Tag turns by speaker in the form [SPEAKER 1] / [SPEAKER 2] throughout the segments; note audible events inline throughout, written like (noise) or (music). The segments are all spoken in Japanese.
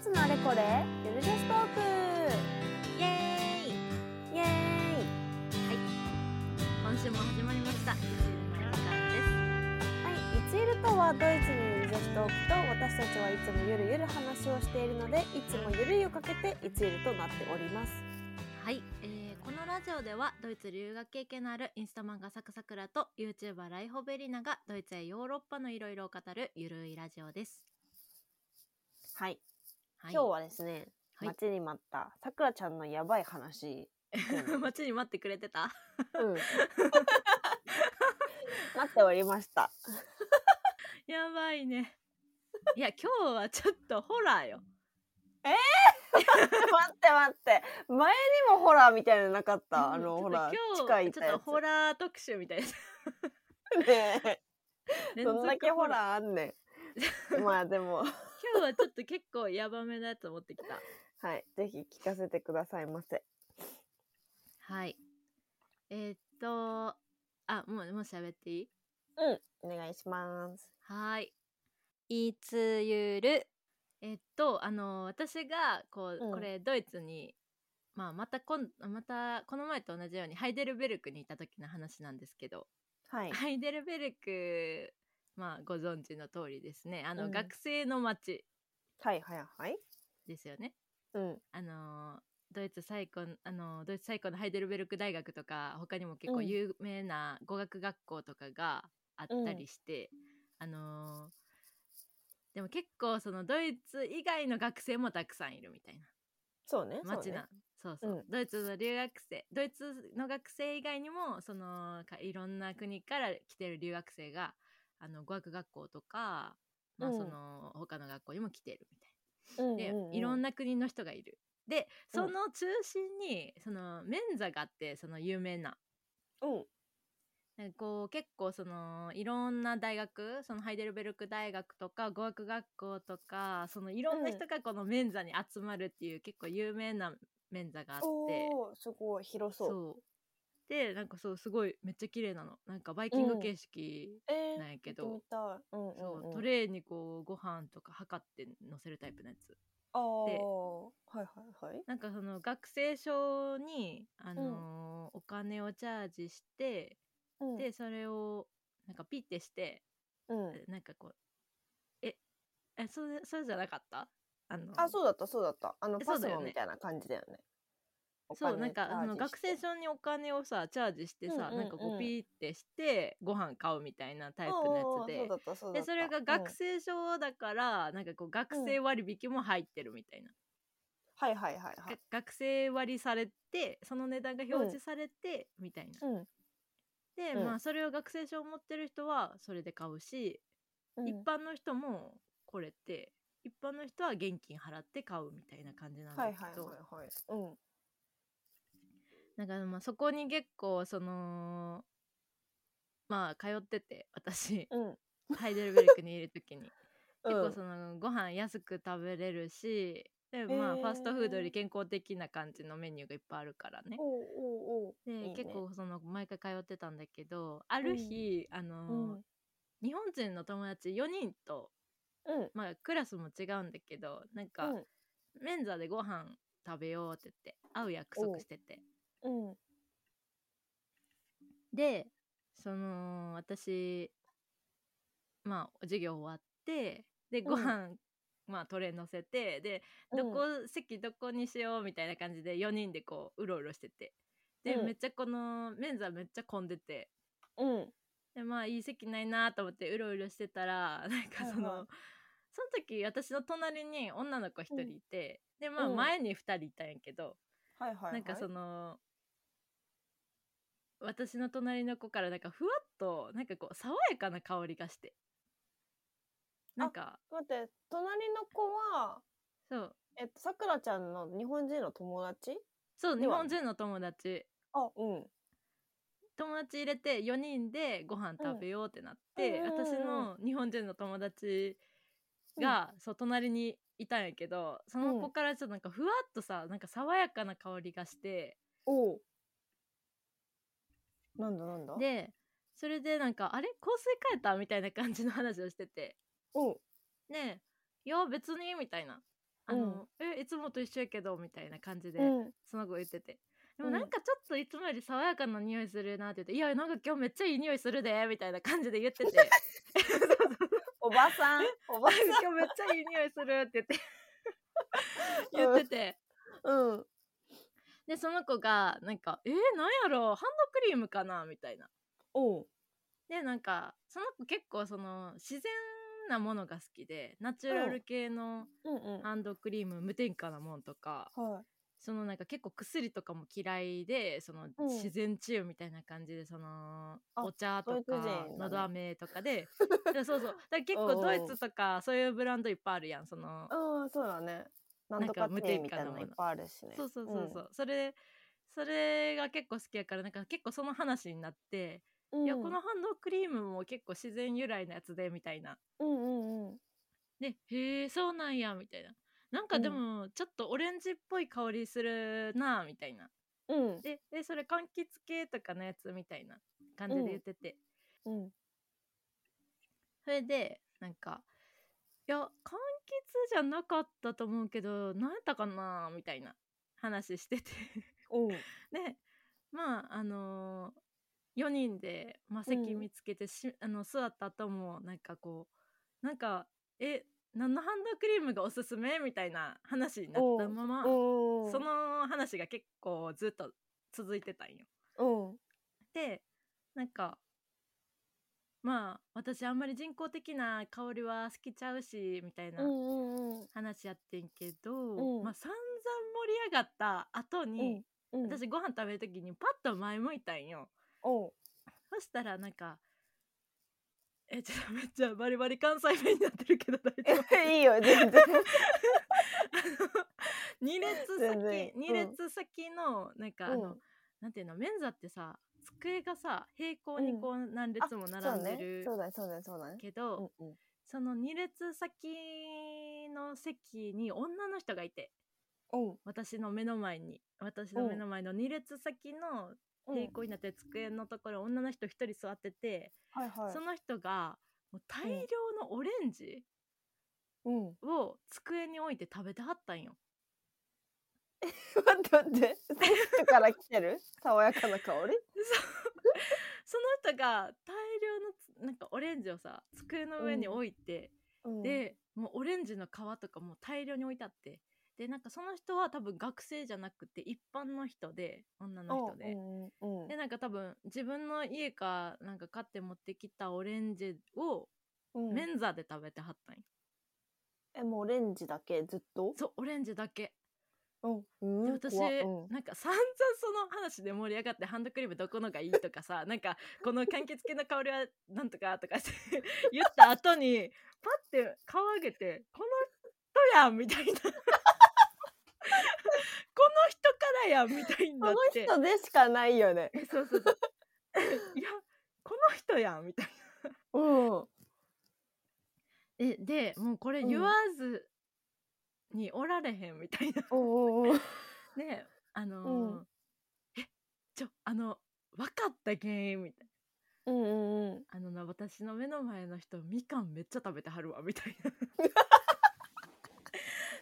[SPEAKER 1] ツのあれこれゆるジェストーク
[SPEAKER 2] イエーイ
[SPEAKER 1] イエ
[SPEAKER 2] 今週も始まりました。
[SPEAKER 1] ーイはい、いつゆるとはドイツのゆるジェストークと私たちはいつもゆるゆる話をしているのでいつもゆるいをかけていつゆるとなっております
[SPEAKER 2] はい、えーこのラジオではドイツ留学経験のあるインスタ漫画サクサクラと YouTuber ライホベリナがドイツやヨーロッパのいろいろを語るゆるいラジオです。
[SPEAKER 1] はい、
[SPEAKER 2] はい、
[SPEAKER 1] 今日はですね、
[SPEAKER 2] はい
[SPEAKER 1] 待ちに待ったさくらちゃんのやばい
[SPEAKER 2] (laughs)
[SPEAKER 1] 話
[SPEAKER 2] 待ちに待ってくれてた (laughs)
[SPEAKER 1] うん (laughs) 待っておりました (laughs)
[SPEAKER 2] やばいね。いや今日はちょっとホラーよ。
[SPEAKER 1] 待って待って前にもホラーみたいなのなかった (laughs) あ
[SPEAKER 2] う
[SPEAKER 1] の
[SPEAKER 2] ん
[SPEAKER 1] ほら
[SPEAKER 2] ちょっと
[SPEAKER 1] 近い
[SPEAKER 2] 今
[SPEAKER 1] い
[SPEAKER 2] 日
[SPEAKER 1] た
[SPEAKER 2] ちょ
[SPEAKER 1] や
[SPEAKER 2] っと
[SPEAKER 1] つ
[SPEAKER 2] ホラー特集
[SPEAKER 1] (laughs)
[SPEAKER 2] みたいな。
[SPEAKER 1] ねえ
[SPEAKER 2] 連
[SPEAKER 1] どんだけホ
[SPEAKER 2] ー。
[SPEAKER 1] ラーあんねん
[SPEAKER 2] (laughs)
[SPEAKER 1] まあでも
[SPEAKER 2] 今日はちょっと結構ヤバめなやつ持ってきた。
[SPEAKER 1] はいぜひ聞かせてくださいませ
[SPEAKER 2] はい。えーっと、あ、もう、もう喋っていい
[SPEAKER 1] うんお願いします
[SPEAKER 2] はーい。いつゆる。えっと、あの、私が、こう、
[SPEAKER 1] うん
[SPEAKER 2] これ、ドイツに、まあ、またこん、また、この前と同じように、ハイデルベルクにいた時の話なんですけど、
[SPEAKER 1] はい
[SPEAKER 2] ハイデルベルク、まあ、ご存知の通りですね。あの、
[SPEAKER 1] うん
[SPEAKER 2] 学生の街
[SPEAKER 1] はいはいはい
[SPEAKER 2] ですよね。
[SPEAKER 1] うん
[SPEAKER 2] あのドイツ最高あのドイツ最高のハイデルベルク大学とか他にも結構
[SPEAKER 1] うん
[SPEAKER 2] 有名な語学学校とかがあった
[SPEAKER 1] うん
[SPEAKER 2] りして、あのでも結構そのドイツ以外の学生もたくさんいるみたいな
[SPEAKER 1] そうねそう
[SPEAKER 2] 街
[SPEAKER 1] ね
[SPEAKER 2] なそうそう、
[SPEAKER 1] うん
[SPEAKER 2] ドイツの留学生ドイツの学生以外にもそのかいろんな国から来てる留学生があの語学学校とか、まあ、
[SPEAKER 1] うん
[SPEAKER 2] その他の学校にも来てるみたいな。
[SPEAKER 1] うん
[SPEAKER 2] で、
[SPEAKER 1] うんうん
[SPEAKER 2] いろんな国の人がいる。で
[SPEAKER 1] うん
[SPEAKER 2] その中心に、そのメンザがあってその有名な。
[SPEAKER 1] うん
[SPEAKER 2] なんかこう結構そのいろんな大学そのハイデルベルク大学とか語学学校とかそのいろんな
[SPEAKER 1] うん
[SPEAKER 2] 人がこのメンザに集まるっていう、結構有名なメンザがあって
[SPEAKER 1] おーすごい広そう
[SPEAKER 2] そうでなんかそうすごいめっちゃ綺麗なのなんかバイキン
[SPEAKER 1] うん
[SPEAKER 2] グ形式、
[SPEAKER 1] えー
[SPEAKER 2] なんやけど
[SPEAKER 1] 見てみたいうんうん
[SPEAKER 2] そう
[SPEAKER 1] うん
[SPEAKER 2] トレーにこうご飯とか測って乗せるタイプのやつ
[SPEAKER 1] あー
[SPEAKER 2] で
[SPEAKER 1] はいはいはい
[SPEAKER 2] なんかその学生証に、あのーお金をチャージして、
[SPEAKER 1] うん
[SPEAKER 2] でそれをなんかピッてして、
[SPEAKER 1] うん
[SPEAKER 2] なんかこうええそれそうじゃなかったあの
[SPEAKER 1] あそうだったそうだったあの
[SPEAKER 2] そ
[SPEAKER 1] パ
[SPEAKER 2] う
[SPEAKER 1] ス
[SPEAKER 2] だよ
[SPEAKER 1] モ
[SPEAKER 2] ね
[SPEAKER 1] みたいな感じだよねお
[SPEAKER 2] そう
[SPEAKER 1] 金
[SPEAKER 2] なんか
[SPEAKER 1] チャー
[SPEAKER 2] あの
[SPEAKER 1] ジ
[SPEAKER 2] 学
[SPEAKER 1] して
[SPEAKER 2] 生証にお金をさチャージしてさ、
[SPEAKER 1] うんうんうん
[SPEAKER 2] なんかこうピッてしてご飯買うみたいなタイプのやつ
[SPEAKER 1] おーそう
[SPEAKER 2] で
[SPEAKER 1] だ。ったそうだ
[SPEAKER 2] で
[SPEAKER 1] った
[SPEAKER 2] それが
[SPEAKER 1] うん
[SPEAKER 2] 学生証だから、なんかこう学生割引も入ってるみたいな、
[SPEAKER 1] はいはいはいは
[SPEAKER 2] が
[SPEAKER 1] い
[SPEAKER 2] 学生割されてその値段が表示されて、みたいな
[SPEAKER 1] うん
[SPEAKER 2] で、
[SPEAKER 1] うん
[SPEAKER 2] まあそれを学生証を持ってる人はそれで買うし、
[SPEAKER 1] うん
[SPEAKER 2] 一般の人もこれって一般の人は現金払って買うみたいな感じなんだ
[SPEAKER 1] はい
[SPEAKER 2] け
[SPEAKER 1] はい
[SPEAKER 2] ど、
[SPEAKER 1] はいはい。うん。
[SPEAKER 2] なんかまあそこに結構そのまあ通ってて
[SPEAKER 1] (laughs)
[SPEAKER 2] 私
[SPEAKER 1] うん。
[SPEAKER 2] ハイデルベルクにいる時に結
[SPEAKER 1] う
[SPEAKER 2] 構
[SPEAKER 1] ん
[SPEAKER 2] そのご飯安く食べれるしで
[SPEAKER 1] ー
[SPEAKER 2] まあファストフードより健康的な感じのメニューがいっぱいあるからね。
[SPEAKER 1] おうおうおう。
[SPEAKER 2] で
[SPEAKER 1] いいね
[SPEAKER 2] 結構その毎回通ってたんだけどある日、あの
[SPEAKER 1] うん。
[SPEAKER 2] 日本人の友達4人と、
[SPEAKER 1] うん。
[SPEAKER 2] まあ、クラスも違うんだけどなんか、メンザでご飯食べようって言って会う約束してて
[SPEAKER 1] うん。うん。
[SPEAKER 2] でその私まあ授業終わってでご飯、まあトレー乗せてでどこ、席どこにしようみたいな感じで4人でこううろうろしててで、
[SPEAKER 1] うん
[SPEAKER 2] めっちゃこのメンザめっちゃ混んでて
[SPEAKER 1] うん。
[SPEAKER 2] でまあいい席ないなと思ってうろうろしてたら (laughs) なんかその、
[SPEAKER 1] はいはい
[SPEAKER 2] その時私の隣に女の子一人いて、でまあ
[SPEAKER 1] うん
[SPEAKER 2] 前に二人いたんやけど、
[SPEAKER 1] はいはいはい。
[SPEAKER 2] なんかその私の隣の子からなんかふわっとなんかこう爽やかな香りがしてなんか
[SPEAKER 1] 待って、隣の子は、
[SPEAKER 2] そう
[SPEAKER 1] えっと、さくらちゃんの日本人の友達
[SPEAKER 2] そう
[SPEAKER 1] で
[SPEAKER 2] 日
[SPEAKER 1] は
[SPEAKER 2] 本人の友達
[SPEAKER 1] あ、うん。
[SPEAKER 2] 友達入れて4人でご飯食べようってなっ
[SPEAKER 1] うん
[SPEAKER 2] て、
[SPEAKER 1] うんうんうん
[SPEAKER 2] 私の日本人の友達が、そう隣にいたんやけどその子からちょっとなんかふわっとさなんか爽やかな香りがして
[SPEAKER 1] おう。なんだなんだ
[SPEAKER 2] でそれでなんかあれ香水変えたみたいな感じの話をしてて
[SPEAKER 1] うん。
[SPEAKER 2] ねえいや別にみたいなあの、えいつもと一緒やけどみたいな感じで、
[SPEAKER 1] うん
[SPEAKER 2] その子言っててで
[SPEAKER 1] う
[SPEAKER 2] も
[SPEAKER 1] ん
[SPEAKER 2] なんかちょっといつもより爽やかな匂いするなって言って「いやなんか今日めっちゃいい匂いするで」みたいな感じで言
[SPEAKER 1] (laughs)
[SPEAKER 2] ってて (laughs) 「
[SPEAKER 1] おばさん、おばさん。
[SPEAKER 2] 今日めっちゃいい匂いする」って言って言ってて
[SPEAKER 1] うん。
[SPEAKER 2] でその子がなんか「えー、なんやろハンドクリームかな?」みたいな
[SPEAKER 1] おう。
[SPEAKER 2] でなんかその子結構その自然なものが好きでナチュラル系の
[SPEAKER 1] うんうん。
[SPEAKER 2] ハンドクリーム無添加なもんとか
[SPEAKER 1] はい。
[SPEAKER 2] そのなんか結構薬とかも嫌いでその
[SPEAKER 1] うん
[SPEAKER 2] 自然治癒みたいな感じでその
[SPEAKER 1] あ
[SPEAKER 2] お茶
[SPEAKER 1] ド
[SPEAKER 2] と
[SPEAKER 1] イツ人
[SPEAKER 2] か
[SPEAKER 1] だね
[SPEAKER 2] のど飴と
[SPEAKER 1] (laughs)
[SPEAKER 2] かでいやそうそうだから結構ドイツとかそういうブランドいっぱいあるやんその
[SPEAKER 1] うん、そうだね。なんとかティーみたいなのいっぱいあるしね。
[SPEAKER 2] そうそうそうそううそれそれが結構好きやからなんか結構その話になって
[SPEAKER 1] ん。
[SPEAKER 2] いや
[SPEAKER 1] うん
[SPEAKER 2] このハンドクリームも結構自然由来のやつでみたいな
[SPEAKER 1] うんうんうん。
[SPEAKER 2] でへえそうなんやみたいななんかで
[SPEAKER 1] うん
[SPEAKER 2] もちょっとオレンジっぽい香りするなあみたいな
[SPEAKER 1] うん。
[SPEAKER 2] でえそれ柑橘系とかのやつみたいな感じで言ってて、
[SPEAKER 1] うん。
[SPEAKER 2] それでなんかいや柑橘じゃなかったと思うけど何やったかなみたいな話してて
[SPEAKER 1] うん。
[SPEAKER 2] でまああの4人で魔石
[SPEAKER 1] うん
[SPEAKER 2] 見つけてし、あの座った後もなんかこうなんかえ何のハンドクリームがおすすめみたいな話になったまま、
[SPEAKER 1] うん。
[SPEAKER 2] そ、の話が結構ずっと続いてたんよ。
[SPEAKER 1] うん。
[SPEAKER 2] でなんかまあ私あんまり人工的な香りは好きちゃうしみたいな
[SPEAKER 1] うんうんうん。
[SPEAKER 2] 話やってんけど、
[SPEAKER 1] うん
[SPEAKER 2] まあ散々盛り上がった後に、
[SPEAKER 1] うん。
[SPEAKER 2] 私ご飯食べる時にパッと前向いたんよ
[SPEAKER 1] おう。
[SPEAKER 2] そしたらなんかえちょっとめ (laughs) っちゃバリバリ関西弁になってるけど大丈
[SPEAKER 1] (laughs)
[SPEAKER 2] 夫 (laughs)
[SPEAKER 1] え、いいよ、全然。
[SPEAKER 2] 2
[SPEAKER 1] 全
[SPEAKER 2] 列
[SPEAKER 1] 然
[SPEAKER 2] 先
[SPEAKER 1] うん
[SPEAKER 2] 二列先のなんか、あ
[SPEAKER 1] う
[SPEAKER 2] の
[SPEAKER 1] ん
[SPEAKER 2] なんていうのメンザってさ机がさ平行にこう何列も並んでる
[SPEAKER 1] そうだね、そうだね、そうだね。
[SPEAKER 2] けど、
[SPEAKER 1] うんうん。
[SPEAKER 2] その2列先の席に女の人がいて
[SPEAKER 1] おう。
[SPEAKER 2] 私の目の前に私の目の前の2列先の
[SPEAKER 1] うん
[SPEAKER 2] 平行になってる机のところ、女の人1人座ってて、
[SPEAKER 1] はいはい。
[SPEAKER 2] その人がもう大量のオレンジ
[SPEAKER 1] うん。
[SPEAKER 2] (laughs) を机に置いて食べてはったんよ。
[SPEAKER 1] (laughs) 待って待って。その人から来てる爽やかな香り
[SPEAKER 2] その人が大量のつなんかオレンジをさ机の上に置いて、
[SPEAKER 1] うん、
[SPEAKER 2] でもうオレンジの皮とかも大量に置いてあってでなんかその人は多分学生じゃなくて一般の人で女の人で。
[SPEAKER 1] うんうんうん
[SPEAKER 2] でなんか多分自分の家かなんか買って持ってきたオレンジを
[SPEAKER 1] うん
[SPEAKER 2] メンザで食べてはったんよ、
[SPEAKER 1] えもうオレンジだけずっと
[SPEAKER 2] そうオレンジだけ
[SPEAKER 1] うん
[SPEAKER 2] で
[SPEAKER 1] うん
[SPEAKER 2] 私、
[SPEAKER 1] 怖うん
[SPEAKER 2] なんか散々その話で盛り上がってハンドクリームどこのがいいとかさなんかこの柑橘系の香りはなんとかとかって (laughs) 言った後にパッて顔上げてこの人やんみたいな (laughs) この人からやんみたいに
[SPEAKER 1] こ
[SPEAKER 2] なっ
[SPEAKER 1] の
[SPEAKER 2] て
[SPEAKER 1] 人でしかないよね
[SPEAKER 2] え (laughs) そうそうそう (laughs) いやこの人やんみたいな。
[SPEAKER 1] うん
[SPEAKER 2] えでもうこれ
[SPEAKER 1] うん
[SPEAKER 2] 言わずにおられへんみたいな、
[SPEAKER 1] おうんうん
[SPEAKER 2] ねあのー
[SPEAKER 1] う
[SPEAKER 2] えちょあの分かった原因みたい
[SPEAKER 1] うんうんうん
[SPEAKER 2] なあのな私の目の前の人みかんめっちゃ食べてはるわみた
[SPEAKER 1] (laughs)
[SPEAKER 2] い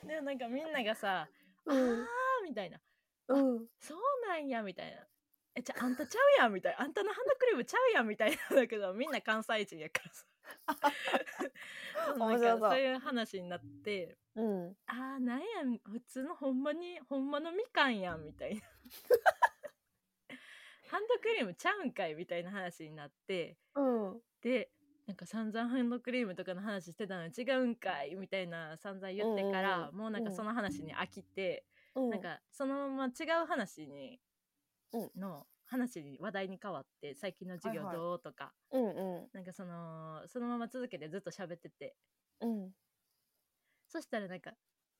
[SPEAKER 2] なでなんかみんながさ「あ
[SPEAKER 1] うん
[SPEAKER 2] ー」みたいな (laughs)
[SPEAKER 1] うん
[SPEAKER 2] 「そうなんや」みたいな「えちゃあんたちゃうやん」みたいな「あんたのハンドクリームちゃうやん」みたいなんだけどみんな関西人やからさそうなん
[SPEAKER 1] 面白そ
[SPEAKER 2] か
[SPEAKER 1] う
[SPEAKER 2] そういう話になって。
[SPEAKER 1] うん
[SPEAKER 2] あーなんや普通のほんまにほんまのみかんやんみたいな (laughs) ハンドクリームちゃうんかいみたいな話になって
[SPEAKER 1] うん
[SPEAKER 2] でなんか散々ハンドクリームとかの話してたのに違うんかいみたいな散々言ってから、
[SPEAKER 1] うんうんうん
[SPEAKER 2] もうなんかその話に飽きて、
[SPEAKER 1] うん
[SPEAKER 2] なんかそのまま違う話に、
[SPEAKER 1] うん
[SPEAKER 2] の話に話題に変わって最近の授業
[SPEAKER 1] はいはい
[SPEAKER 2] どうとか、
[SPEAKER 1] うんうん
[SPEAKER 2] なんかそのそのまま続けてずっと喋ってて
[SPEAKER 1] うん
[SPEAKER 2] そしたらなんか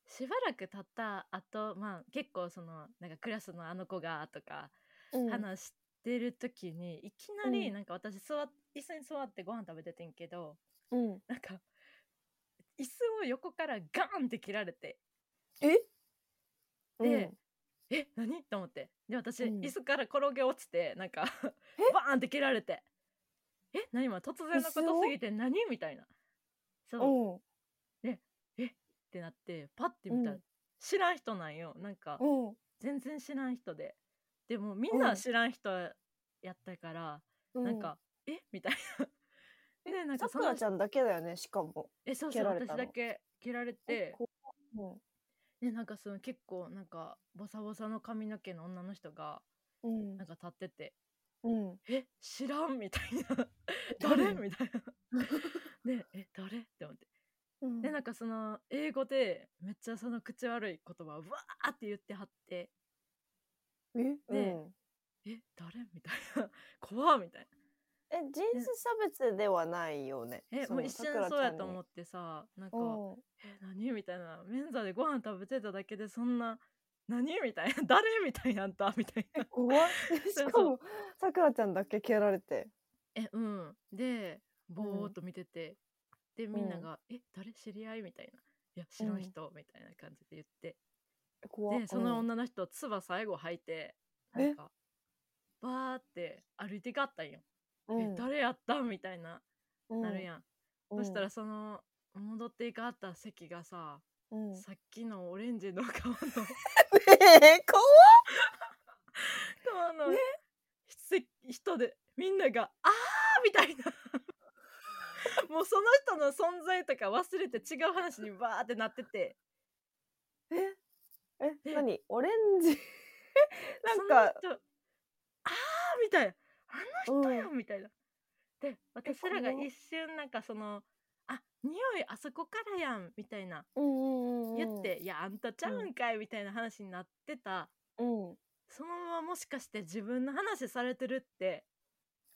[SPEAKER 2] しばらく経った後まあ結構そのなんかクラスのあの子がとか
[SPEAKER 1] うん
[SPEAKER 2] 話してる時に、いきなり
[SPEAKER 1] うん
[SPEAKER 2] なんか私座っ椅子に座ってご飯食べててんけど
[SPEAKER 1] うん
[SPEAKER 2] なんか椅子を横からガーンって切られて
[SPEAKER 1] え
[SPEAKER 2] でえ何と思ってで私、
[SPEAKER 1] うん
[SPEAKER 2] 椅子から転げ落ちてなんか (laughs) バーンって切られてえ何今突
[SPEAKER 1] 椅
[SPEAKER 2] 然のこ
[SPEAKER 1] 子
[SPEAKER 2] と
[SPEAKER 1] を
[SPEAKER 2] すぎて何みたいな
[SPEAKER 1] う
[SPEAKER 2] そうんえってなってパッて見たら、
[SPEAKER 1] うん
[SPEAKER 2] 知らん人なんよなんか
[SPEAKER 1] うん
[SPEAKER 2] 全然知らん人ででもみんな知らん人やったから、
[SPEAKER 1] うん
[SPEAKER 2] なんかえみたいなでなんか
[SPEAKER 1] さ
[SPEAKER 2] そ
[SPEAKER 1] く
[SPEAKER 2] の
[SPEAKER 1] らちゃんだけだよねしかも
[SPEAKER 2] えそう
[SPEAKER 1] 蹴
[SPEAKER 2] そう
[SPEAKER 1] られ
[SPEAKER 2] 私
[SPEAKER 1] たの
[SPEAKER 2] だけ蹴られて
[SPEAKER 1] ここ
[SPEAKER 2] でなんかその結構なんかボサボサの髪の毛の女の人が
[SPEAKER 1] うん
[SPEAKER 2] なんか立ってて
[SPEAKER 1] うんうん
[SPEAKER 2] 「え知らん」みたい
[SPEAKER 1] (laughs)
[SPEAKER 2] な「誰?」
[SPEAKER 1] 誰
[SPEAKER 2] みたい
[SPEAKER 1] (laughs)
[SPEAKER 2] なで「え誰?」って思って
[SPEAKER 1] うん
[SPEAKER 2] でなんかその英語でめっちゃその口悪い言葉をわーって言ってはって
[SPEAKER 1] えうん
[SPEAKER 2] ね「え誰?」みたいな「怖っ」みたいな
[SPEAKER 1] え人種差別ではないよね
[SPEAKER 2] えもう一瞬そうやと思
[SPEAKER 1] っ
[SPEAKER 2] ってさなん
[SPEAKER 1] た
[SPEAKER 2] か「え何?」みたいな「免座でご飯食べてただけでそんな何?」みたいな「 (laughs) 誰?」みたいなあんたみたいな。
[SPEAKER 1] 怖い
[SPEAKER 2] そう
[SPEAKER 1] しかもさくらちゃんだけ蹴られて
[SPEAKER 2] (laughs) えうんでぼーっと見てて、でみんな
[SPEAKER 1] うん
[SPEAKER 2] が「え誰知り合い?」みたいな「いや知ら
[SPEAKER 1] うんん
[SPEAKER 2] 人」みたいな感じで言って、
[SPEAKER 1] 怖
[SPEAKER 2] でその
[SPEAKER 1] うん
[SPEAKER 2] 女の人唾最後吐いてな
[SPEAKER 1] え
[SPEAKER 2] んかバーって歩いていかったんよ「
[SPEAKER 1] う
[SPEAKER 2] え
[SPEAKER 1] ん
[SPEAKER 2] 誰やったん?」みたいななるやん、
[SPEAKER 1] うん
[SPEAKER 2] そしたらその戻っていかはった席がさ、
[SPEAKER 1] うん (laughs) うん
[SPEAKER 2] さっきのオレンジの
[SPEAKER 1] (laughs)
[SPEAKER 2] 顔の
[SPEAKER 1] えー怖い
[SPEAKER 2] 顔の、席人でみんなが「あー!」みたいな。 (laughs) もうその人の存在とか忘れて違う話にバーってなってて
[SPEAKER 1] え
[SPEAKER 2] で
[SPEAKER 1] 何オレンジなんか
[SPEAKER 2] その人あーみたいな
[SPEAKER 1] う
[SPEAKER 2] 人
[SPEAKER 1] ん
[SPEAKER 2] よみたいな。で私らが一瞬なんかその「あ匂いあそこからやん」みたいな
[SPEAKER 1] うんうんうんうん
[SPEAKER 2] 言って「いやあんたちゃうんかい」みたいな話になってた
[SPEAKER 1] うん
[SPEAKER 2] そのままもしかして自分の話されてるって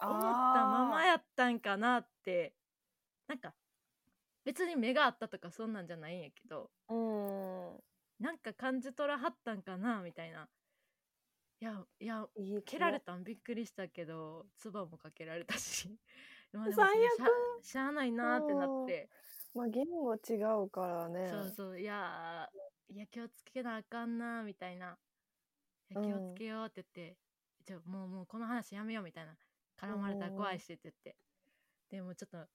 [SPEAKER 2] 思ったまま
[SPEAKER 1] あ
[SPEAKER 2] やったんかなってなんか別に目があったとかそんなんじゃないんやけど
[SPEAKER 1] ーうん
[SPEAKER 2] なんか感じ取らはったんかなみたいな。いやいや
[SPEAKER 1] いい
[SPEAKER 2] 蹴られ
[SPEAKER 1] た
[SPEAKER 2] たんびっくりしたけど唾もかけられたし (laughs) まあ
[SPEAKER 1] 最
[SPEAKER 2] でもそれ
[SPEAKER 1] 悪
[SPEAKER 2] しゃしゃあないなーってなって、
[SPEAKER 1] まあ言語違うからね
[SPEAKER 2] そうそういやーいや気をつけなあかんなーみたいな「いや気をつけよう」って言って「じゃあもうもうこの話やめよう」みたいな「絡まれたら怖いし」って言って、でもちょっと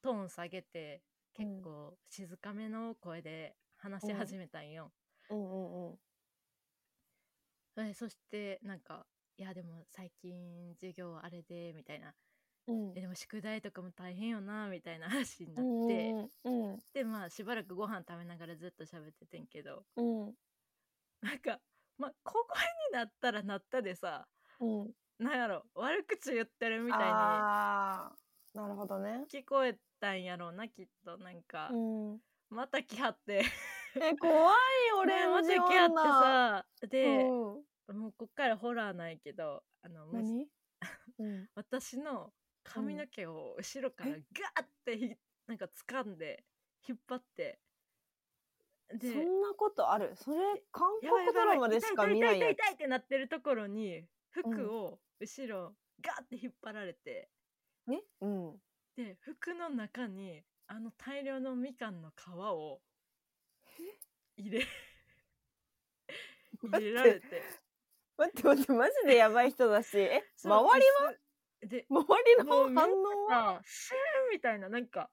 [SPEAKER 2] トーン下げて結構静かめの声で話し始めたんよ。
[SPEAKER 1] うんうんうん
[SPEAKER 2] えそしてなんか「いやでも最近授業あれで」みたいな
[SPEAKER 1] うん
[SPEAKER 2] えでも宿題とかも大変よなみたいな話にな
[SPEAKER 1] うん
[SPEAKER 2] って、
[SPEAKER 1] うん
[SPEAKER 2] でまあしばらくご飯食べながらずっと喋っててんけど
[SPEAKER 1] うん
[SPEAKER 2] なんかまあ高校になったらなったでさ
[SPEAKER 1] うんうん
[SPEAKER 2] なんやろ悪口言ってるみたいに
[SPEAKER 1] あーなるほどね
[SPEAKER 2] 聞こえたんやろうなきっとなんか、
[SPEAKER 1] うん
[SPEAKER 2] また来はって
[SPEAKER 1] え怖いオ
[SPEAKER 2] 俺
[SPEAKER 1] レ
[SPEAKER 2] (laughs) ま
[SPEAKER 1] ン
[SPEAKER 2] た
[SPEAKER 1] ジ
[SPEAKER 2] 来
[SPEAKER 1] 女
[SPEAKER 2] はってさで、
[SPEAKER 1] うん
[SPEAKER 2] もうこっからホラーないけどあのもう
[SPEAKER 1] 何うん
[SPEAKER 2] 私の髪の毛を後ろからガーってひなんか掴んで引っ張って
[SPEAKER 1] そ
[SPEAKER 2] で
[SPEAKER 1] んなことあるそれ韓
[SPEAKER 2] やばい
[SPEAKER 1] 国
[SPEAKER 2] やば
[SPEAKER 1] ド
[SPEAKER 2] い
[SPEAKER 1] ラマでしか見ない
[SPEAKER 2] 痛
[SPEAKER 1] や
[SPEAKER 2] い痛
[SPEAKER 1] つ
[SPEAKER 2] い痛い痛いってなってるところに
[SPEAKER 1] うん
[SPEAKER 2] 服を後ろガーって引っ張られて、
[SPEAKER 1] ねうん
[SPEAKER 2] で服の中にあの大量のみかんの皮を入れ入れられて
[SPEAKER 1] 待って待ってマジでやばい人だしえ
[SPEAKER 2] そう
[SPEAKER 1] 周り
[SPEAKER 2] すで
[SPEAKER 1] 周りの
[SPEAKER 2] もうみんな
[SPEAKER 1] 反応は
[SPEAKER 2] あシューみたいななんか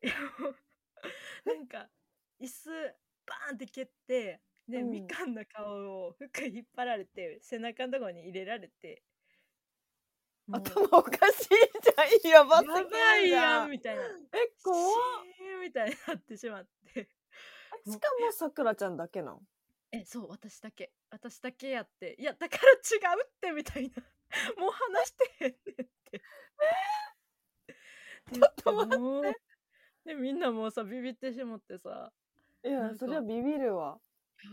[SPEAKER 2] いやもうなんか椅子バーンって蹴ってで、
[SPEAKER 1] うん
[SPEAKER 2] みかんの顔を服引っ張られて背中のところに入れられてもう
[SPEAKER 1] 頭おかしいじゃんやばすぎ
[SPEAKER 2] や
[SPEAKER 1] る
[SPEAKER 2] ばい
[SPEAKER 1] じ
[SPEAKER 2] や
[SPEAKER 1] ゃ
[SPEAKER 2] ん
[SPEAKER 1] んえ
[SPEAKER 2] みたいな
[SPEAKER 1] 怖っ
[SPEAKER 2] シーンみたいになってしまって
[SPEAKER 1] しかもさくらちゃんだけなの
[SPEAKER 2] えそう私だけ私だけやっていやだから違うってみたいな (laughs) もう話してへんねんって (laughs) えちょっ
[SPEAKER 1] と
[SPEAKER 2] 待ってでみんなもうさビビってしまってさ
[SPEAKER 1] い
[SPEAKER 2] なん
[SPEAKER 1] や
[SPEAKER 2] か
[SPEAKER 1] そりゃビビるわ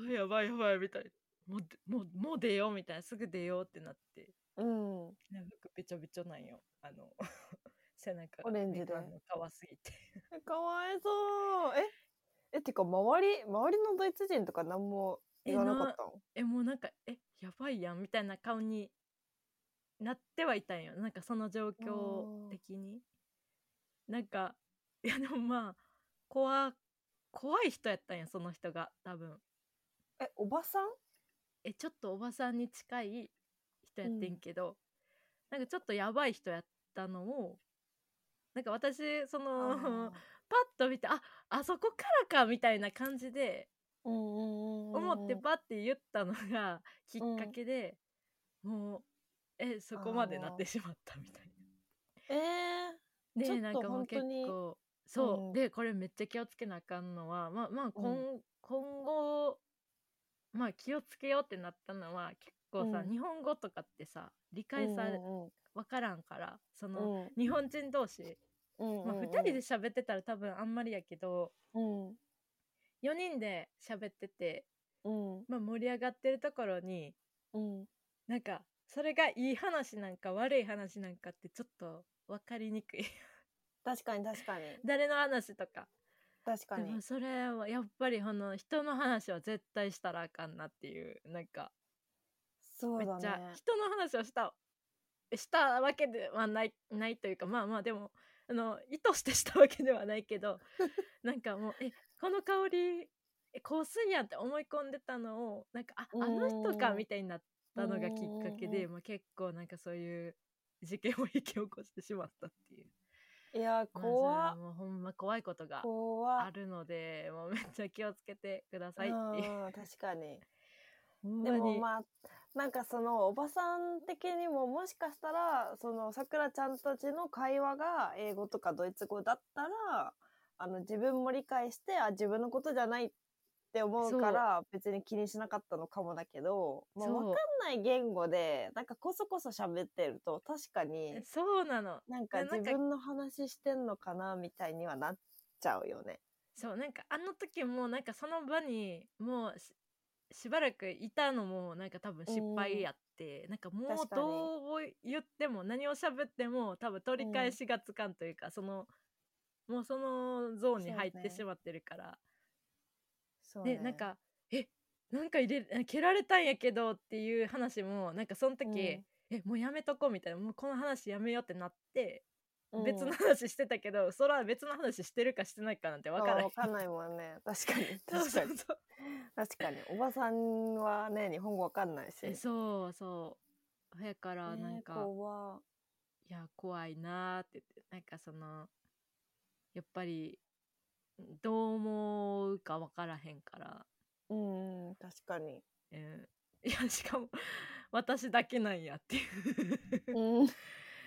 [SPEAKER 2] やばいやばいやばいみたいなもうでもうもう出ようみたいなすぐ出ようってなって
[SPEAKER 1] うんオ
[SPEAKER 2] なんか服べちょべちょなんよあの (laughs) 背中
[SPEAKER 1] レンジ
[SPEAKER 2] み
[SPEAKER 1] で
[SPEAKER 2] かんの皮すぎて
[SPEAKER 1] かわいそうええてか周り周りのドイツ人とか何も言わなかったの
[SPEAKER 2] えもうなんかえやばいやんみたいな顔になってはいたんよなんかその状況的になんかいやでもまあ怖怖い人やったんやその人が多分
[SPEAKER 1] えおばさん
[SPEAKER 2] えちょっとおばさんに近い人やってんけど、 (laughs) なんかちょっとやばい人やったのをなんか私そのッと見てああそこからかみたいな感じで思
[SPEAKER 1] 思
[SPEAKER 2] ってパッて言ったのがきっかけで、もうえそこまでなってしまったみたいな。
[SPEAKER 1] えちょっと
[SPEAKER 2] でなんかもう結
[SPEAKER 1] 本
[SPEAKER 2] 構そう、
[SPEAKER 1] うん
[SPEAKER 2] でこれめっちゃ気をつけなあかんのはまあまあ今,、今後まあ気をつけようってなったのは結構さ、
[SPEAKER 1] うん
[SPEAKER 2] 日本語とかってさ理
[SPEAKER 1] ー、
[SPEAKER 2] 解さ
[SPEAKER 1] う
[SPEAKER 2] れ、
[SPEAKER 1] ん
[SPEAKER 2] わからんからその、
[SPEAKER 1] うん
[SPEAKER 2] 日本人同士、
[SPEAKER 1] うん
[SPEAKER 2] まあ、2人で喋ってたら多分あんまりやけど
[SPEAKER 1] うん
[SPEAKER 2] 4人で喋ってて、
[SPEAKER 1] うん
[SPEAKER 2] まあ、盛り上がってるところに
[SPEAKER 1] うん
[SPEAKER 2] なんかそれがいい話なんか悪い話なんかってちょっと分かりにくい (laughs)
[SPEAKER 1] 確かに確かに
[SPEAKER 2] 誰の話とか
[SPEAKER 1] 確か
[SPEAKER 2] で
[SPEAKER 1] に
[SPEAKER 2] もそれはやっぱりこの人の話は絶対したらあかんなっていうなんか
[SPEAKER 1] そ
[SPEAKER 2] め
[SPEAKER 1] う
[SPEAKER 2] っ
[SPEAKER 1] だ
[SPEAKER 2] ち
[SPEAKER 1] ね
[SPEAKER 2] ゃ人の話をしたしたわけではないないというかまあまあでもあの意図してしたわけではない
[SPEAKER 1] (laughs)
[SPEAKER 2] けどなんかもうえこの香りえ香水やんって思い込んでたのをなんかああの人か
[SPEAKER 1] うん
[SPEAKER 2] みたいになったのがきっかけ
[SPEAKER 1] うんうん
[SPEAKER 2] で、
[SPEAKER 1] う
[SPEAKER 2] まあ、結構なんかそういう事件を引き起こしてしまったっていう。
[SPEAKER 1] いや
[SPEAKER 2] まあ
[SPEAKER 1] 怖
[SPEAKER 2] そ
[SPEAKER 1] っ
[SPEAKER 2] れはもうほんま怖いことが
[SPEAKER 1] 怖
[SPEAKER 2] あ
[SPEAKER 1] っ
[SPEAKER 2] るのでもうめっちゃ気をつけてくださいっていう。
[SPEAKER 1] うん確かに
[SPEAKER 2] (laughs) ほん
[SPEAKER 1] で
[SPEAKER 2] まに
[SPEAKER 1] もまあなんかそのおばさん的にももしかしたらそのさくらちゃんたちの会話が英語とかドイツ語だったらあの自分も理解してあ自分のことじゃないって思うから別に気にしなかったのかもだけど、まあ、
[SPEAKER 2] そう
[SPEAKER 1] 分かんない言語でなんかこそこそ喋ってると確かに
[SPEAKER 2] そうなの
[SPEAKER 1] なんか
[SPEAKER 2] でなん
[SPEAKER 1] 自
[SPEAKER 2] か
[SPEAKER 1] 分の話してんのかなみたいにはなっちゃうよね。
[SPEAKER 2] そうなんかあの時もなんかその場にもうししばらくいたのもなんか多分失敗やって、なんかも
[SPEAKER 1] 確
[SPEAKER 2] う
[SPEAKER 1] かに
[SPEAKER 2] どう言っても何を喋っても多分取り返しがつかんというか、そのもうそのゾーンに入
[SPEAKER 1] そう
[SPEAKER 2] っ
[SPEAKER 1] ね
[SPEAKER 2] てしまってるから、
[SPEAKER 1] そう
[SPEAKER 2] でなんか「えなんか入れ蹴られたんやけど」っていう話もなんかその時「
[SPEAKER 1] うん
[SPEAKER 2] えもうやめとこ」みたいな「もうこの話やめよう」ってなって、
[SPEAKER 1] うん
[SPEAKER 2] 別の話してたけどそれは別の話してるかしてないかなんて分からへん
[SPEAKER 1] わかんないもんね確かに
[SPEAKER 2] (laughs)
[SPEAKER 1] 確
[SPEAKER 2] そう
[SPEAKER 1] かに
[SPEAKER 2] そうそう
[SPEAKER 1] 確かにおばさんはね日本語わかんないし
[SPEAKER 2] えそうそうやから
[SPEAKER 1] ね
[SPEAKER 2] なんか、
[SPEAKER 1] 怖
[SPEAKER 2] いや怖いなーって言ってなんかそのやっぱりどう思うか分からへんから、
[SPEAKER 1] うんうん確かに
[SPEAKER 2] うん、いやしかも私だけなんやっていう
[SPEAKER 1] う
[SPEAKER 2] (laughs)
[SPEAKER 1] ん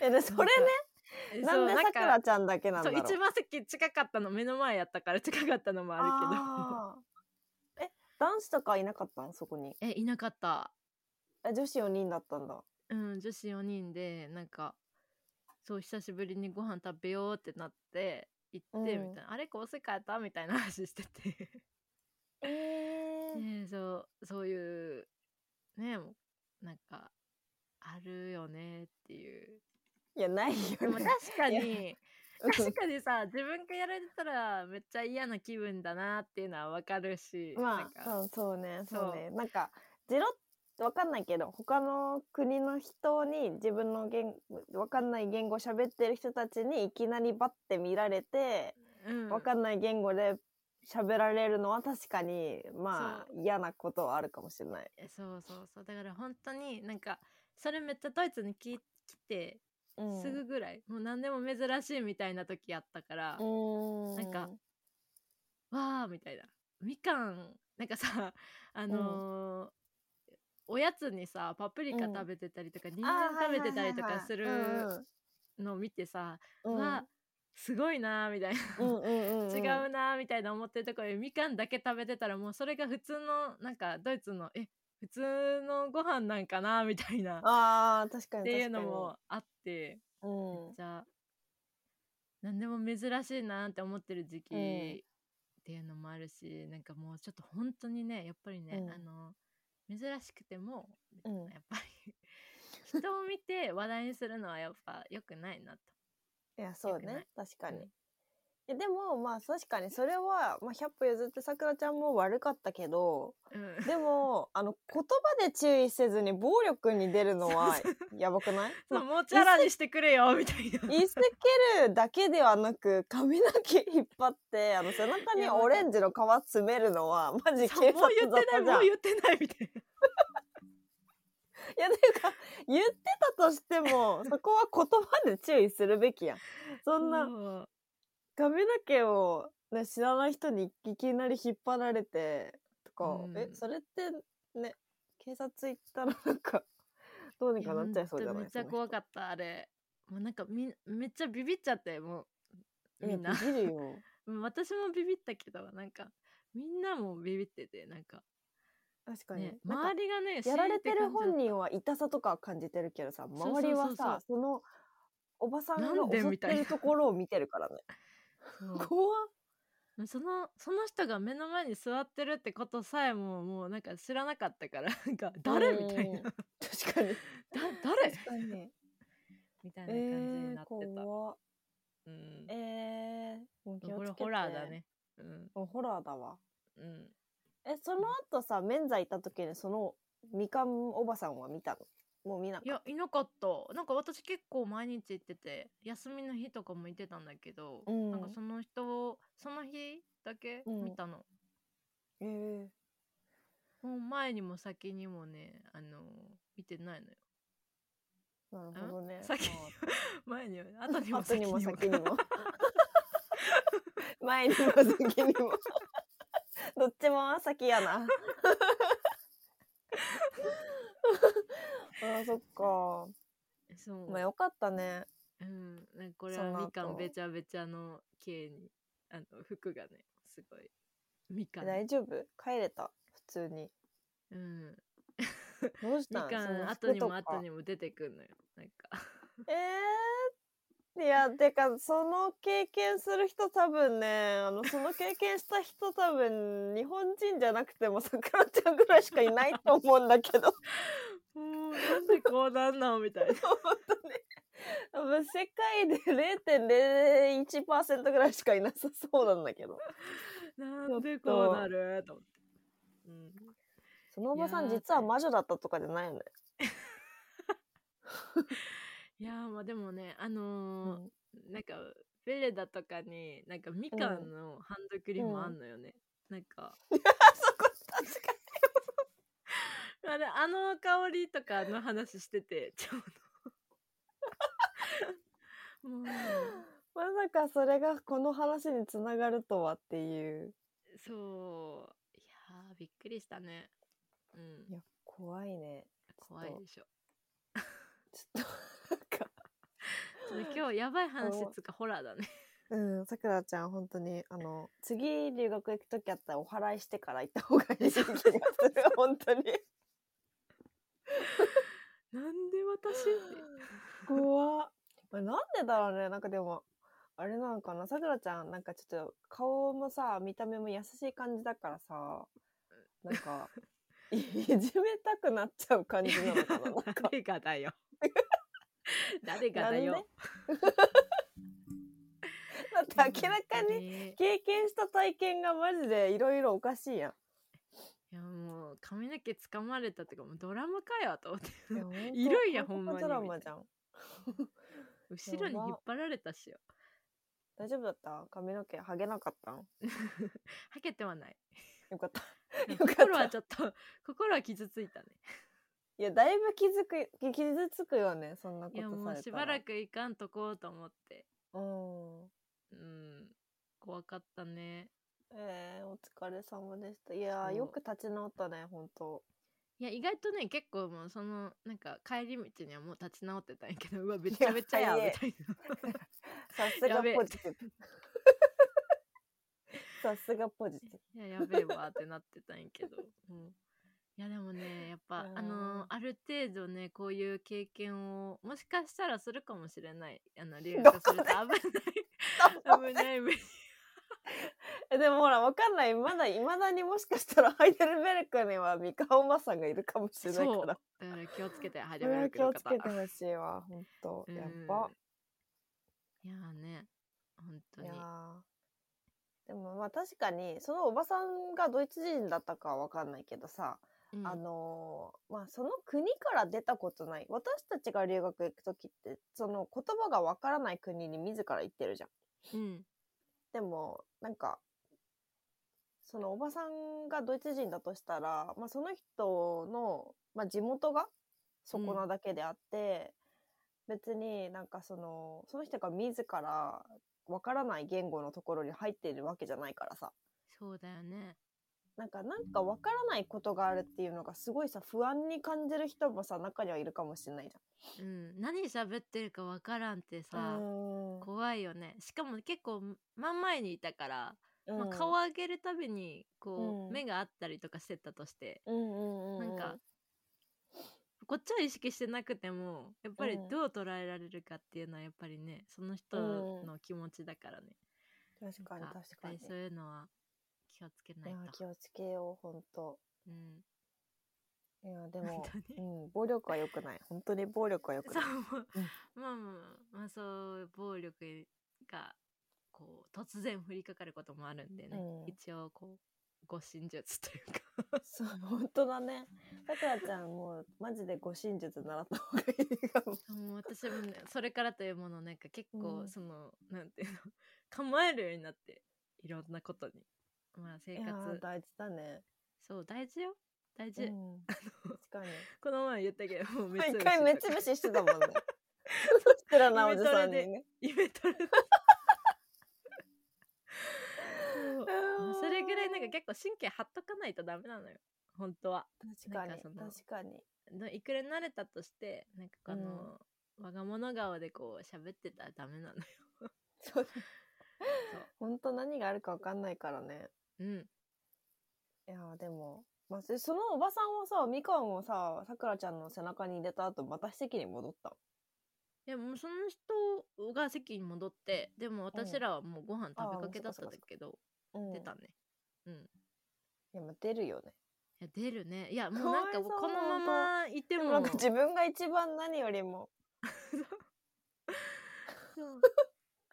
[SPEAKER 1] えでそれね
[SPEAKER 2] え
[SPEAKER 1] なんで
[SPEAKER 2] そう
[SPEAKER 1] さくら
[SPEAKER 2] か
[SPEAKER 1] ちゃんだけなんだ
[SPEAKER 2] そ
[SPEAKER 1] ろ
[SPEAKER 2] う
[SPEAKER 1] う
[SPEAKER 2] 一番席近かったの目の前やったから近かったのもあ
[SPEAKER 1] あるけどえ男子とかいなかったんそこに
[SPEAKER 2] るけど (laughs) えいなかった、
[SPEAKER 1] え女子4人だったんだ
[SPEAKER 2] うん、女子4人でなんかそう久しぶりにご飯食べようってなって行って、
[SPEAKER 1] うん
[SPEAKER 2] みたいなあれ香水変えたみたいな話してて。
[SPEAKER 1] (laughs) えー、
[SPEAKER 2] ねえそうそういうねもうなんかあるよねっていう
[SPEAKER 1] いやない
[SPEAKER 2] で
[SPEAKER 1] よ
[SPEAKER 2] も
[SPEAKER 1] ね
[SPEAKER 2] 確か
[SPEAKER 1] い
[SPEAKER 2] に
[SPEAKER 1] うん
[SPEAKER 2] (laughs) 確かにさ自分がやられたらめっちゃ嫌な気分だなっていうのはわかるしな
[SPEAKER 1] ま
[SPEAKER 2] ん
[SPEAKER 1] あ
[SPEAKER 2] か
[SPEAKER 1] そうそうね
[SPEAKER 2] そう
[SPEAKER 1] そうねなんかジロッわかんないけど他の国の人に自分の言わかんない言語喋ってる人たちにいきなりバッて見られて、
[SPEAKER 2] うん
[SPEAKER 1] わかんない言語で喋られるのは確かにまあ嫌なことはあるかもしれない。
[SPEAKER 2] えそうそうそうだから本当になんかそれめっちゃドイツにき来て
[SPEAKER 1] うん
[SPEAKER 2] すぐぐらい、もう何でも珍しいみたいな時やったから、
[SPEAKER 1] う
[SPEAKER 2] なんかわーみたいなみかんなんかさ (laughs) あのーおやつにさパプリカ
[SPEAKER 1] うん
[SPEAKER 2] 食べてたりとか、人
[SPEAKER 1] あ
[SPEAKER 2] 参
[SPEAKER 1] ー
[SPEAKER 2] 食べてたりと
[SPEAKER 1] はいはい
[SPEAKER 2] かする
[SPEAKER 1] はい
[SPEAKER 2] のを見てさ、
[SPEAKER 1] うんうん
[SPEAKER 2] わすごいなーみたいな、
[SPEAKER 1] うんうんうん
[SPEAKER 2] (laughs) 違うなーみたいな思ってるところでみかんだけ食べてたらもうそれが普通のなんかドイツのえ普通のご飯なんかなーみたいなっ
[SPEAKER 1] あー確かに確かに
[SPEAKER 2] ていうのもあって
[SPEAKER 1] うん
[SPEAKER 2] じゃあ何でも珍しいなって思ってる時期っ
[SPEAKER 1] うん
[SPEAKER 2] ていうのもあるし、なんかもうちょっと本当にねやっぱりね、
[SPEAKER 1] うん
[SPEAKER 2] あの珍しくても、
[SPEAKER 1] うん
[SPEAKER 2] やっぱり人を見て話題にするのはやっぱ良くないなと。
[SPEAKER 1] いやそう
[SPEAKER 2] 良くな
[SPEAKER 1] ね
[SPEAKER 2] い
[SPEAKER 1] 確かに
[SPEAKER 2] うん。
[SPEAKER 1] えでもまあ確かにそれは、まあ、100歩譲ってさくらちゃんも悪かったけど
[SPEAKER 2] うん
[SPEAKER 1] でもあの言葉で注意せずに暴力に出るのはやばくない
[SPEAKER 2] そう
[SPEAKER 1] まあ
[SPEAKER 2] もうチャラにしてくれよみたいな。
[SPEAKER 1] 言いつけるだけではなく髪の毛引っ張ってあの背中
[SPEAKER 2] い
[SPEAKER 1] に
[SPEAKER 2] やわか
[SPEAKER 1] オ
[SPEAKER 2] る
[SPEAKER 1] レンジの皮詰めるのはマジ警
[SPEAKER 2] そう
[SPEAKER 1] 察
[SPEAKER 2] もう言って
[SPEAKER 1] 沙
[SPEAKER 2] ない
[SPEAKER 1] 汰じゃ。
[SPEAKER 2] もうん
[SPEAKER 1] い
[SPEAKER 2] 言ってないみたいな。
[SPEAKER 1] やというか言ってたとしてもそこは言葉で注意するべきやん。そんな
[SPEAKER 2] そう
[SPEAKER 1] 髪の毛を、ね、知らない人にいきなり引っ張られてとか、
[SPEAKER 2] うん
[SPEAKER 1] えそれってね警察行ったらなんか (laughs) どうにかなっちゃいそうじゃない
[SPEAKER 2] やほんとめっちゃ怖かったあれもうなんかみんめっちゃビビっちゃってもうみんな
[SPEAKER 1] ビビるよ。
[SPEAKER 2] うん私もビビったけどなんかみんなもビビっててなんか,、
[SPEAKER 1] 確かに。
[SPEAKER 2] ね、
[SPEAKER 1] なんか
[SPEAKER 2] 周りがね
[SPEAKER 1] やられてる
[SPEAKER 2] 人
[SPEAKER 1] 本人は痛さとかは感じてるけどさ、
[SPEAKER 2] うそうそう
[SPEAKER 1] 周りはさ、そのおばさんが
[SPEAKER 2] なんで
[SPEAKER 1] 襲っ
[SPEAKER 2] み
[SPEAKER 1] て
[SPEAKER 2] たいな
[SPEAKER 1] るところを見てるから
[SPEAKER 2] (laughs)
[SPEAKER 1] ね。怖っ
[SPEAKER 2] そのその人が目の前に座ってるってことさえももうなんか知らなかったからなんか誰みたいな
[SPEAKER 1] (laughs) うん
[SPEAKER 2] (laughs) だ
[SPEAKER 1] 確かに。
[SPEAKER 2] 誰
[SPEAKER 1] 確かに。
[SPEAKER 2] みたいな感じに
[SPEAKER 1] え
[SPEAKER 2] な
[SPEAKER 1] ー、
[SPEAKER 2] ってた、
[SPEAKER 1] 怖っ
[SPEAKER 2] うん
[SPEAKER 1] え、ー、もう気を
[SPEAKER 2] これ
[SPEAKER 1] つけて
[SPEAKER 2] ホラーだ。ねうん
[SPEAKER 1] もうホラーだわ。
[SPEAKER 2] うん
[SPEAKER 1] え、その後さ、免罪行った時にそのみかんおばさんは見たのもう見なか
[SPEAKER 2] い
[SPEAKER 1] っ
[SPEAKER 2] やいなかったなんか私結構毎日行ってて休みの日とかも行ってたんだけど、
[SPEAKER 1] うん
[SPEAKER 2] なんかその人をその日だけ
[SPEAKER 1] うん
[SPEAKER 2] 見たの、
[SPEAKER 1] た。えー、
[SPEAKER 2] もう前にも先にもねあの見てないのよ
[SPEAKER 1] なるほどね。
[SPEAKER 2] 先に
[SPEAKER 1] まあ
[SPEAKER 2] 前にも (laughs) 後にも
[SPEAKER 1] 後に
[SPEAKER 2] 先にも
[SPEAKER 1] も先に
[SPEAKER 2] (laughs)
[SPEAKER 1] も前にも先にもどっちも先や
[SPEAKER 2] (laughs)
[SPEAKER 1] なあーそっか
[SPEAKER 2] そう、
[SPEAKER 1] まあよかったね
[SPEAKER 2] うん、なんかこれ
[SPEAKER 1] そ
[SPEAKER 2] は
[SPEAKER 1] の後
[SPEAKER 2] みかんべちゃべちゃの系にあの服がねすごいみかん、
[SPEAKER 1] 大丈夫帰れた普通に
[SPEAKER 2] (laughs) うん、
[SPEAKER 1] どうし
[SPEAKER 2] み
[SPEAKER 1] たん
[SPEAKER 2] か
[SPEAKER 1] その
[SPEAKER 2] ん
[SPEAKER 1] 服
[SPEAKER 2] 後に
[SPEAKER 1] と
[SPEAKER 2] も
[SPEAKER 1] か
[SPEAKER 2] 後にも出てくんのよなんか
[SPEAKER 1] えー、いやてかその経験する人多分ねあのその経験した人多分日本人じゃなくてもさくらちゃんぐらいしかいないと思うんだけど (laughs)
[SPEAKER 2] もうなんでこうなんのみたいな
[SPEAKER 1] 本当ね。多分世界で0.01%ぐらいしかいなさそうなんだけど。
[SPEAKER 2] (laughs) なんでこうなると思って。うん、
[SPEAKER 1] そのおばさん
[SPEAKER 2] いやー
[SPEAKER 1] 実は魔女だったとかじゃないよね。
[SPEAKER 2] いやーまあでもねあのーなんかフェレダとかになんかみかんのハンドクリームあんのよね、なん
[SPEAKER 1] (laughs)
[SPEAKER 2] か
[SPEAKER 1] あそこ確か
[SPEAKER 2] あれあの香りとかの話しててちょうどもう
[SPEAKER 1] に。まさかそれがこの話につながるとはっていう。
[SPEAKER 2] そういやーびっくりしたねうん
[SPEAKER 1] いや、怖いね。
[SPEAKER 2] 怖いでしょ
[SPEAKER 1] ちょっと、なんか。
[SPEAKER 2] ちょっと今日やばい話っつうかホラーだね
[SPEAKER 1] うん、さくらちゃん、本当に、あの、次留学行くときあったらお祓いしてから行った方がいい気がする。 (laughs) 本当に。
[SPEAKER 2] なんで
[SPEAKER 1] (laughs)
[SPEAKER 2] 私って
[SPEAKER 1] 怖っこれなんでだろうねなんかでもあれなのかなさくらちゃんなんかちょっと顔もさ見た目も優しい感じだからさなんか (laughs) いじめたくなっちゃう感じなのかな (laughs) なんか
[SPEAKER 2] 誰がだよ (laughs) 誰がだよ
[SPEAKER 1] (laughs) だって明らかに
[SPEAKER 2] に
[SPEAKER 1] 経験した体験がマジでいろいろおかしいや
[SPEAKER 2] いやもう髪の毛掴まれたってかもうドラマかよと思って
[SPEAKER 1] (laughs) ん
[SPEAKER 2] いるんや
[SPEAKER 1] ほん
[SPEAKER 2] ほんまに
[SPEAKER 1] ドラマじゃん
[SPEAKER 2] 後ろに引っ張られたしよ
[SPEAKER 1] 大丈夫だった髪の毛剥げなかったん
[SPEAKER 2] はけてはない
[SPEAKER 1] よかったよかった
[SPEAKER 2] 心はちょっと (laughs) 心は傷ついたね
[SPEAKER 1] いやだいぶ気づく傷つくよねそんなこと
[SPEAKER 2] い
[SPEAKER 1] され
[SPEAKER 2] や
[SPEAKER 1] たら
[SPEAKER 2] もうしばらくいかんとこうと思って
[SPEAKER 1] うん
[SPEAKER 2] うん怖かったね
[SPEAKER 1] えー、お疲れ様でした。いやー
[SPEAKER 2] そう
[SPEAKER 1] よく立ち直ったね、本当。
[SPEAKER 2] いや意外とね結構もうそのなんか帰り道にはもう立ち直ってたんやけどうわべっちゃべっちゃや
[SPEAKER 1] (laughs) いや
[SPEAKER 2] みたいな
[SPEAKER 1] さすが
[SPEAKER 2] やべえ
[SPEAKER 1] ポジティブ。 (laughs) さすがポジティ
[SPEAKER 2] いややべえわってなってたんや
[SPEAKER 1] (laughs)
[SPEAKER 2] けど、うんいやでもねやっぱ
[SPEAKER 1] うん
[SPEAKER 2] あのーある程度ねこういう経験をもしかしたらするかもしれないあの留学すると
[SPEAKER 1] (laughs) ブ。
[SPEAKER 2] 危ない危ない目に (laughs)
[SPEAKER 1] えでもほら、わかんない。まだ、いまだにもしかしたらハイデルベルクには三河おばさんがいるかもしれない
[SPEAKER 2] そう
[SPEAKER 1] から。
[SPEAKER 2] だから気をつけて始
[SPEAKER 1] こ
[SPEAKER 2] め
[SPEAKER 1] れは
[SPEAKER 2] る
[SPEAKER 1] 気をつ
[SPEAKER 2] 方
[SPEAKER 1] けてほしいわ、本当。
[SPEAKER 2] うん
[SPEAKER 1] やっば。
[SPEAKER 2] いやーね本当
[SPEAKER 1] い
[SPEAKER 2] に
[SPEAKER 1] やーでもまあ確かに、そのおばさんがドイツ人だったかはわかんないけどさ、
[SPEAKER 2] うん
[SPEAKER 1] あのーまあその国から出たことない私たちが留学行く時ってその言葉がわからない国に自ら行ってるじゃん。
[SPEAKER 2] うん
[SPEAKER 1] でもなんかそのおばさんがドイツ人だとしたら、まあ、その人の、まあ、地元がそこなだけであって、別になんかそのその人が自らわからない言語のところに入っているわけじゃないからさ
[SPEAKER 2] そうだよね
[SPEAKER 1] なんかなんかわからないことがあるっていうのがすごいさ不安に感じる人もさ中にはいるかもしれないじ
[SPEAKER 2] うん何喋ってるかわからんって
[SPEAKER 1] ゃん
[SPEAKER 2] さ。怖いよねしかも結構真ん前にいたから、
[SPEAKER 1] うん
[SPEAKER 2] まあ、顔上げるたびにこう、
[SPEAKER 1] うん
[SPEAKER 2] 目があったりとかしてたとして、
[SPEAKER 1] うんうんうんう
[SPEAKER 2] なんかこっちは意識してなくてもやっぱり
[SPEAKER 1] うん
[SPEAKER 2] どう捉えられるかっていうのはやっぱりねその人
[SPEAKER 1] うん
[SPEAKER 2] の気持ちだからね、
[SPEAKER 1] 確かに
[SPEAKER 2] なんやっ
[SPEAKER 1] 確か
[SPEAKER 2] ぱ
[SPEAKER 1] に
[SPEAKER 2] りそういうのは気をつけないい
[SPEAKER 1] や
[SPEAKER 2] と
[SPEAKER 1] 気。をつけよう本当 (laughs)
[SPEAKER 2] うん
[SPEAKER 1] いやで
[SPEAKER 2] 本
[SPEAKER 1] も
[SPEAKER 2] 当
[SPEAKER 1] う
[SPEAKER 2] に
[SPEAKER 1] ん暴力は良くない本当に暴力は良く
[SPEAKER 2] そ
[SPEAKER 1] な
[SPEAKER 2] う
[SPEAKER 1] い、
[SPEAKER 2] まあまあまあ、まあ、そう暴力がこう突然降りかかることもあるんでね、
[SPEAKER 1] うん
[SPEAKER 2] 一応こう護身術というか
[SPEAKER 1] そう本当だねさくらちゃんもうマジで護身術習った方がいいかも
[SPEAKER 2] もう私もねそれからというものなんか結構、
[SPEAKER 1] うん
[SPEAKER 2] そのなんていうの (laughs) 構えるようになっていろんなことにまあ生
[SPEAKER 1] いやー
[SPEAKER 2] 活
[SPEAKER 1] 大事だね、
[SPEAKER 2] そう大事よ大事、
[SPEAKER 1] うん、確かに
[SPEAKER 2] (laughs) この前言ったけどもう目つ
[SPEAKER 1] 一
[SPEAKER 2] ぶし
[SPEAKER 1] 回目つ
[SPEAKER 2] とか
[SPEAKER 1] ぶししてたもんねそしたらなおじさんにね
[SPEAKER 2] (laughs) 夢
[SPEAKER 1] (laughs)
[SPEAKER 2] 取るそう (laughs) まあそれぐらいなんか結構神経張っとかないとダメなのよ本当は
[SPEAKER 1] 確かに
[SPEAKER 2] なんかその
[SPEAKER 1] 確かに
[SPEAKER 2] のいくら慣れたとしてなんかこの、我が物顔でこう喋ってたらダメなのよ
[SPEAKER 1] そう本当何があるかわかんないからね
[SPEAKER 2] うん
[SPEAKER 1] いやーでも、まあ、そそのおばさんはさみかんをささくらちゃんの背中に入れた後また席に戻った
[SPEAKER 2] でもうその人が席に戻ってでも私らはもうご飯食べかけだったんだけど、
[SPEAKER 1] の、うん、
[SPEAKER 2] 出たねうん
[SPEAKER 1] いやまあ出るよね
[SPEAKER 2] いや出るねいやもうなんか
[SPEAKER 1] かわいそう
[SPEAKER 2] このままいて
[SPEAKER 1] で
[SPEAKER 2] も
[SPEAKER 1] もなんか自分が一番何よりも
[SPEAKER 2] そう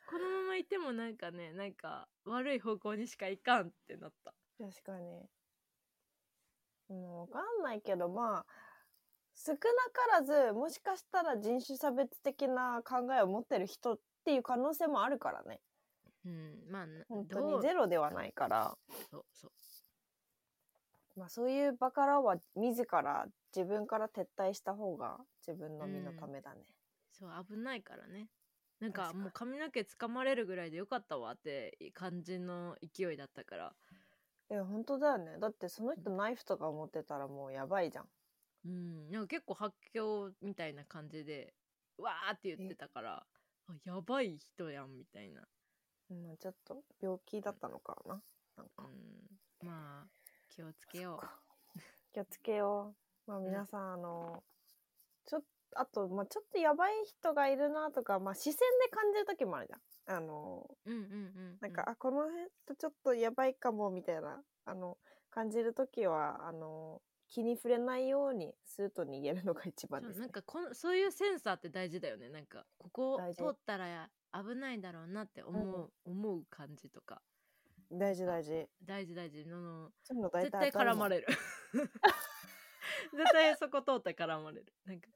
[SPEAKER 2] このままいてもなんかねなんか悪い方向にしかいかんってなった
[SPEAKER 1] 確かにもう分かんないけどまあ少なからずもしかしたら人種差別的な考えを持ってる人っていう可能性もあるからね
[SPEAKER 2] うんまあな
[SPEAKER 1] 本当
[SPEAKER 2] ど
[SPEAKER 1] に
[SPEAKER 2] う
[SPEAKER 1] ゼロではないから、
[SPEAKER 2] そうそう
[SPEAKER 1] まあ、そういう場からは自ら自分から撤退した方が自分の身のためだね、
[SPEAKER 2] そう危ないからねなんか
[SPEAKER 1] 確かに
[SPEAKER 2] もう髪の毛つかまれるぐらいでよかったわって感じの勢いだったから
[SPEAKER 1] いや本当だよねだってその人ナイフとか持ってたらもうやばいじゃん
[SPEAKER 2] うんなんか結構発狂みたいな感じでわーって言ってたからあやばい人やんみたいな、
[SPEAKER 1] まあちょっと病気だったのかななん
[SPEAKER 2] う
[SPEAKER 1] か
[SPEAKER 2] ん、まあ気をつけよう
[SPEAKER 1] 気をつけよう。まあ皆さん、あの、ちょっと、あと、まあちょっとやばい人がいるなとか、まあ視線で感じる時もあるじゃん。あの、
[SPEAKER 2] うんうんうん
[SPEAKER 1] なんか、あ、この辺とちょっとやばいかも、みたいな、あの、感じる時は、あの、気に触れないようにすると逃げるのが一
[SPEAKER 2] うん
[SPEAKER 1] 番
[SPEAKER 2] そ
[SPEAKER 1] で
[SPEAKER 2] う
[SPEAKER 1] す、
[SPEAKER 2] な
[SPEAKER 1] ね
[SPEAKER 2] ん。かこのそういうセンサーって大事だよねなんかここを
[SPEAKER 1] 大事
[SPEAKER 2] 通ったら危ないだろうなって思う、思う感じとか
[SPEAKER 1] 大事大事。
[SPEAKER 2] 大事大事のの
[SPEAKER 1] そういうの大
[SPEAKER 2] 絶
[SPEAKER 1] 体
[SPEAKER 2] 対絡ま
[SPEAKER 1] る。 (laughs)
[SPEAKER 2] れる絶対そこ通ったら絡まれるなんかい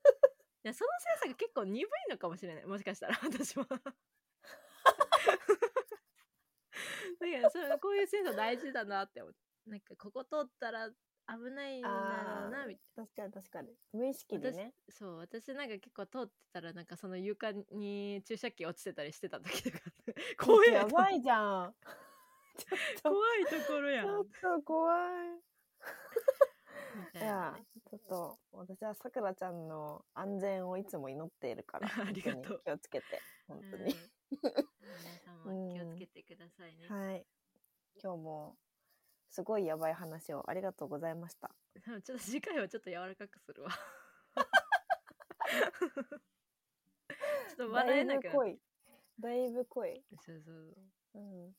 [SPEAKER 2] やそのセンサーが結構鈍いのかもしれないもしかしたら私はだからそれこういうセンサー大事だなって思ってなんかここ通ったら危ないんだろうな
[SPEAKER 1] あー
[SPEAKER 2] みたい
[SPEAKER 1] 確かに確かに。無意識でね。
[SPEAKER 2] なそう私なんか結構通ってたらなんかその床に注射器落ちてたりしてた時
[SPEAKER 1] (laughs)
[SPEAKER 2] とか怖い
[SPEAKER 1] やばいじゃん。ちょ
[SPEAKER 2] 怖
[SPEAKER 1] っ
[SPEAKER 2] いところ
[SPEAKER 1] (laughs) と、ち
[SPEAKER 2] やん
[SPEAKER 1] ょっ
[SPEAKER 2] み
[SPEAKER 1] と怖い。
[SPEAKER 2] た
[SPEAKER 1] い
[SPEAKER 2] いな
[SPEAKER 1] や
[SPEAKER 2] ね、
[SPEAKER 1] ちょっと、私はさくらちゃんの安全をいつも祈っているから
[SPEAKER 2] (laughs) 、ありがと
[SPEAKER 1] 本当に
[SPEAKER 2] う
[SPEAKER 1] 気をつけて、本当
[SPEAKER 2] うん
[SPEAKER 1] に。
[SPEAKER 2] 皆様気をつけてくださいね。
[SPEAKER 1] はい。今日も、すごいやばい話をありがとうございました。
[SPEAKER 2] で (laughs) もちょっと次回はちょっと柔らかくするわ。 (laughs) ちょっと笑えなく
[SPEAKER 1] だいぶ
[SPEAKER 2] な
[SPEAKER 1] 濃
[SPEAKER 2] っ
[SPEAKER 1] い。だいぶ濃い。
[SPEAKER 2] てそうそうそう。
[SPEAKER 1] うん。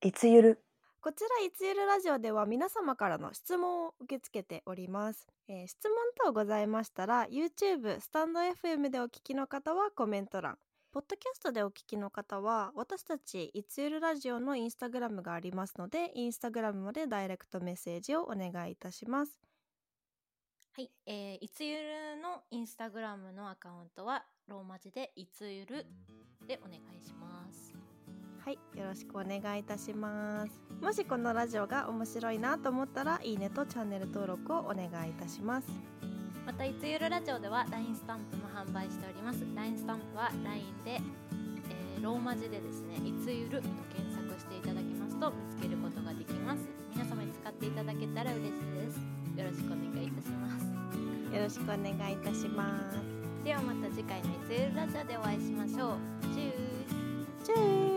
[SPEAKER 1] いつゆる。こちらいつゆるラジオでは皆様からの質問を受け付けております、えー質問等ございましたら YouTube スタンド FM でお聞きの方はコメント欄ポッドキャストでお聞きの方は私たちいつゆるラジオのインスタグラムがありますのでインスタグラムまでダイレクトメッセージをお願いいたします
[SPEAKER 3] はい、えーいつゆるのインスタグラムのアカウントはローマ字でいつゆるでお願いします。
[SPEAKER 1] はいよろしくお願いいたしますもしこのラジオが面白いなと思ったらいいねとチャンネル登録をお願いいたします
[SPEAKER 3] またいつゆるラジオでは LINE スタンプの販売しております LINE スタンプは LINE で、えーローマ字でですね「いつゆる」と検索していただきますと見つけることができます皆様に使っていただけたら嬉しいですよろしくお願いいたします
[SPEAKER 4] よろしくお願いいたします
[SPEAKER 3] ではまた次回の「いつゆるラジオ」でお会いしましょうチュース
[SPEAKER 4] チュー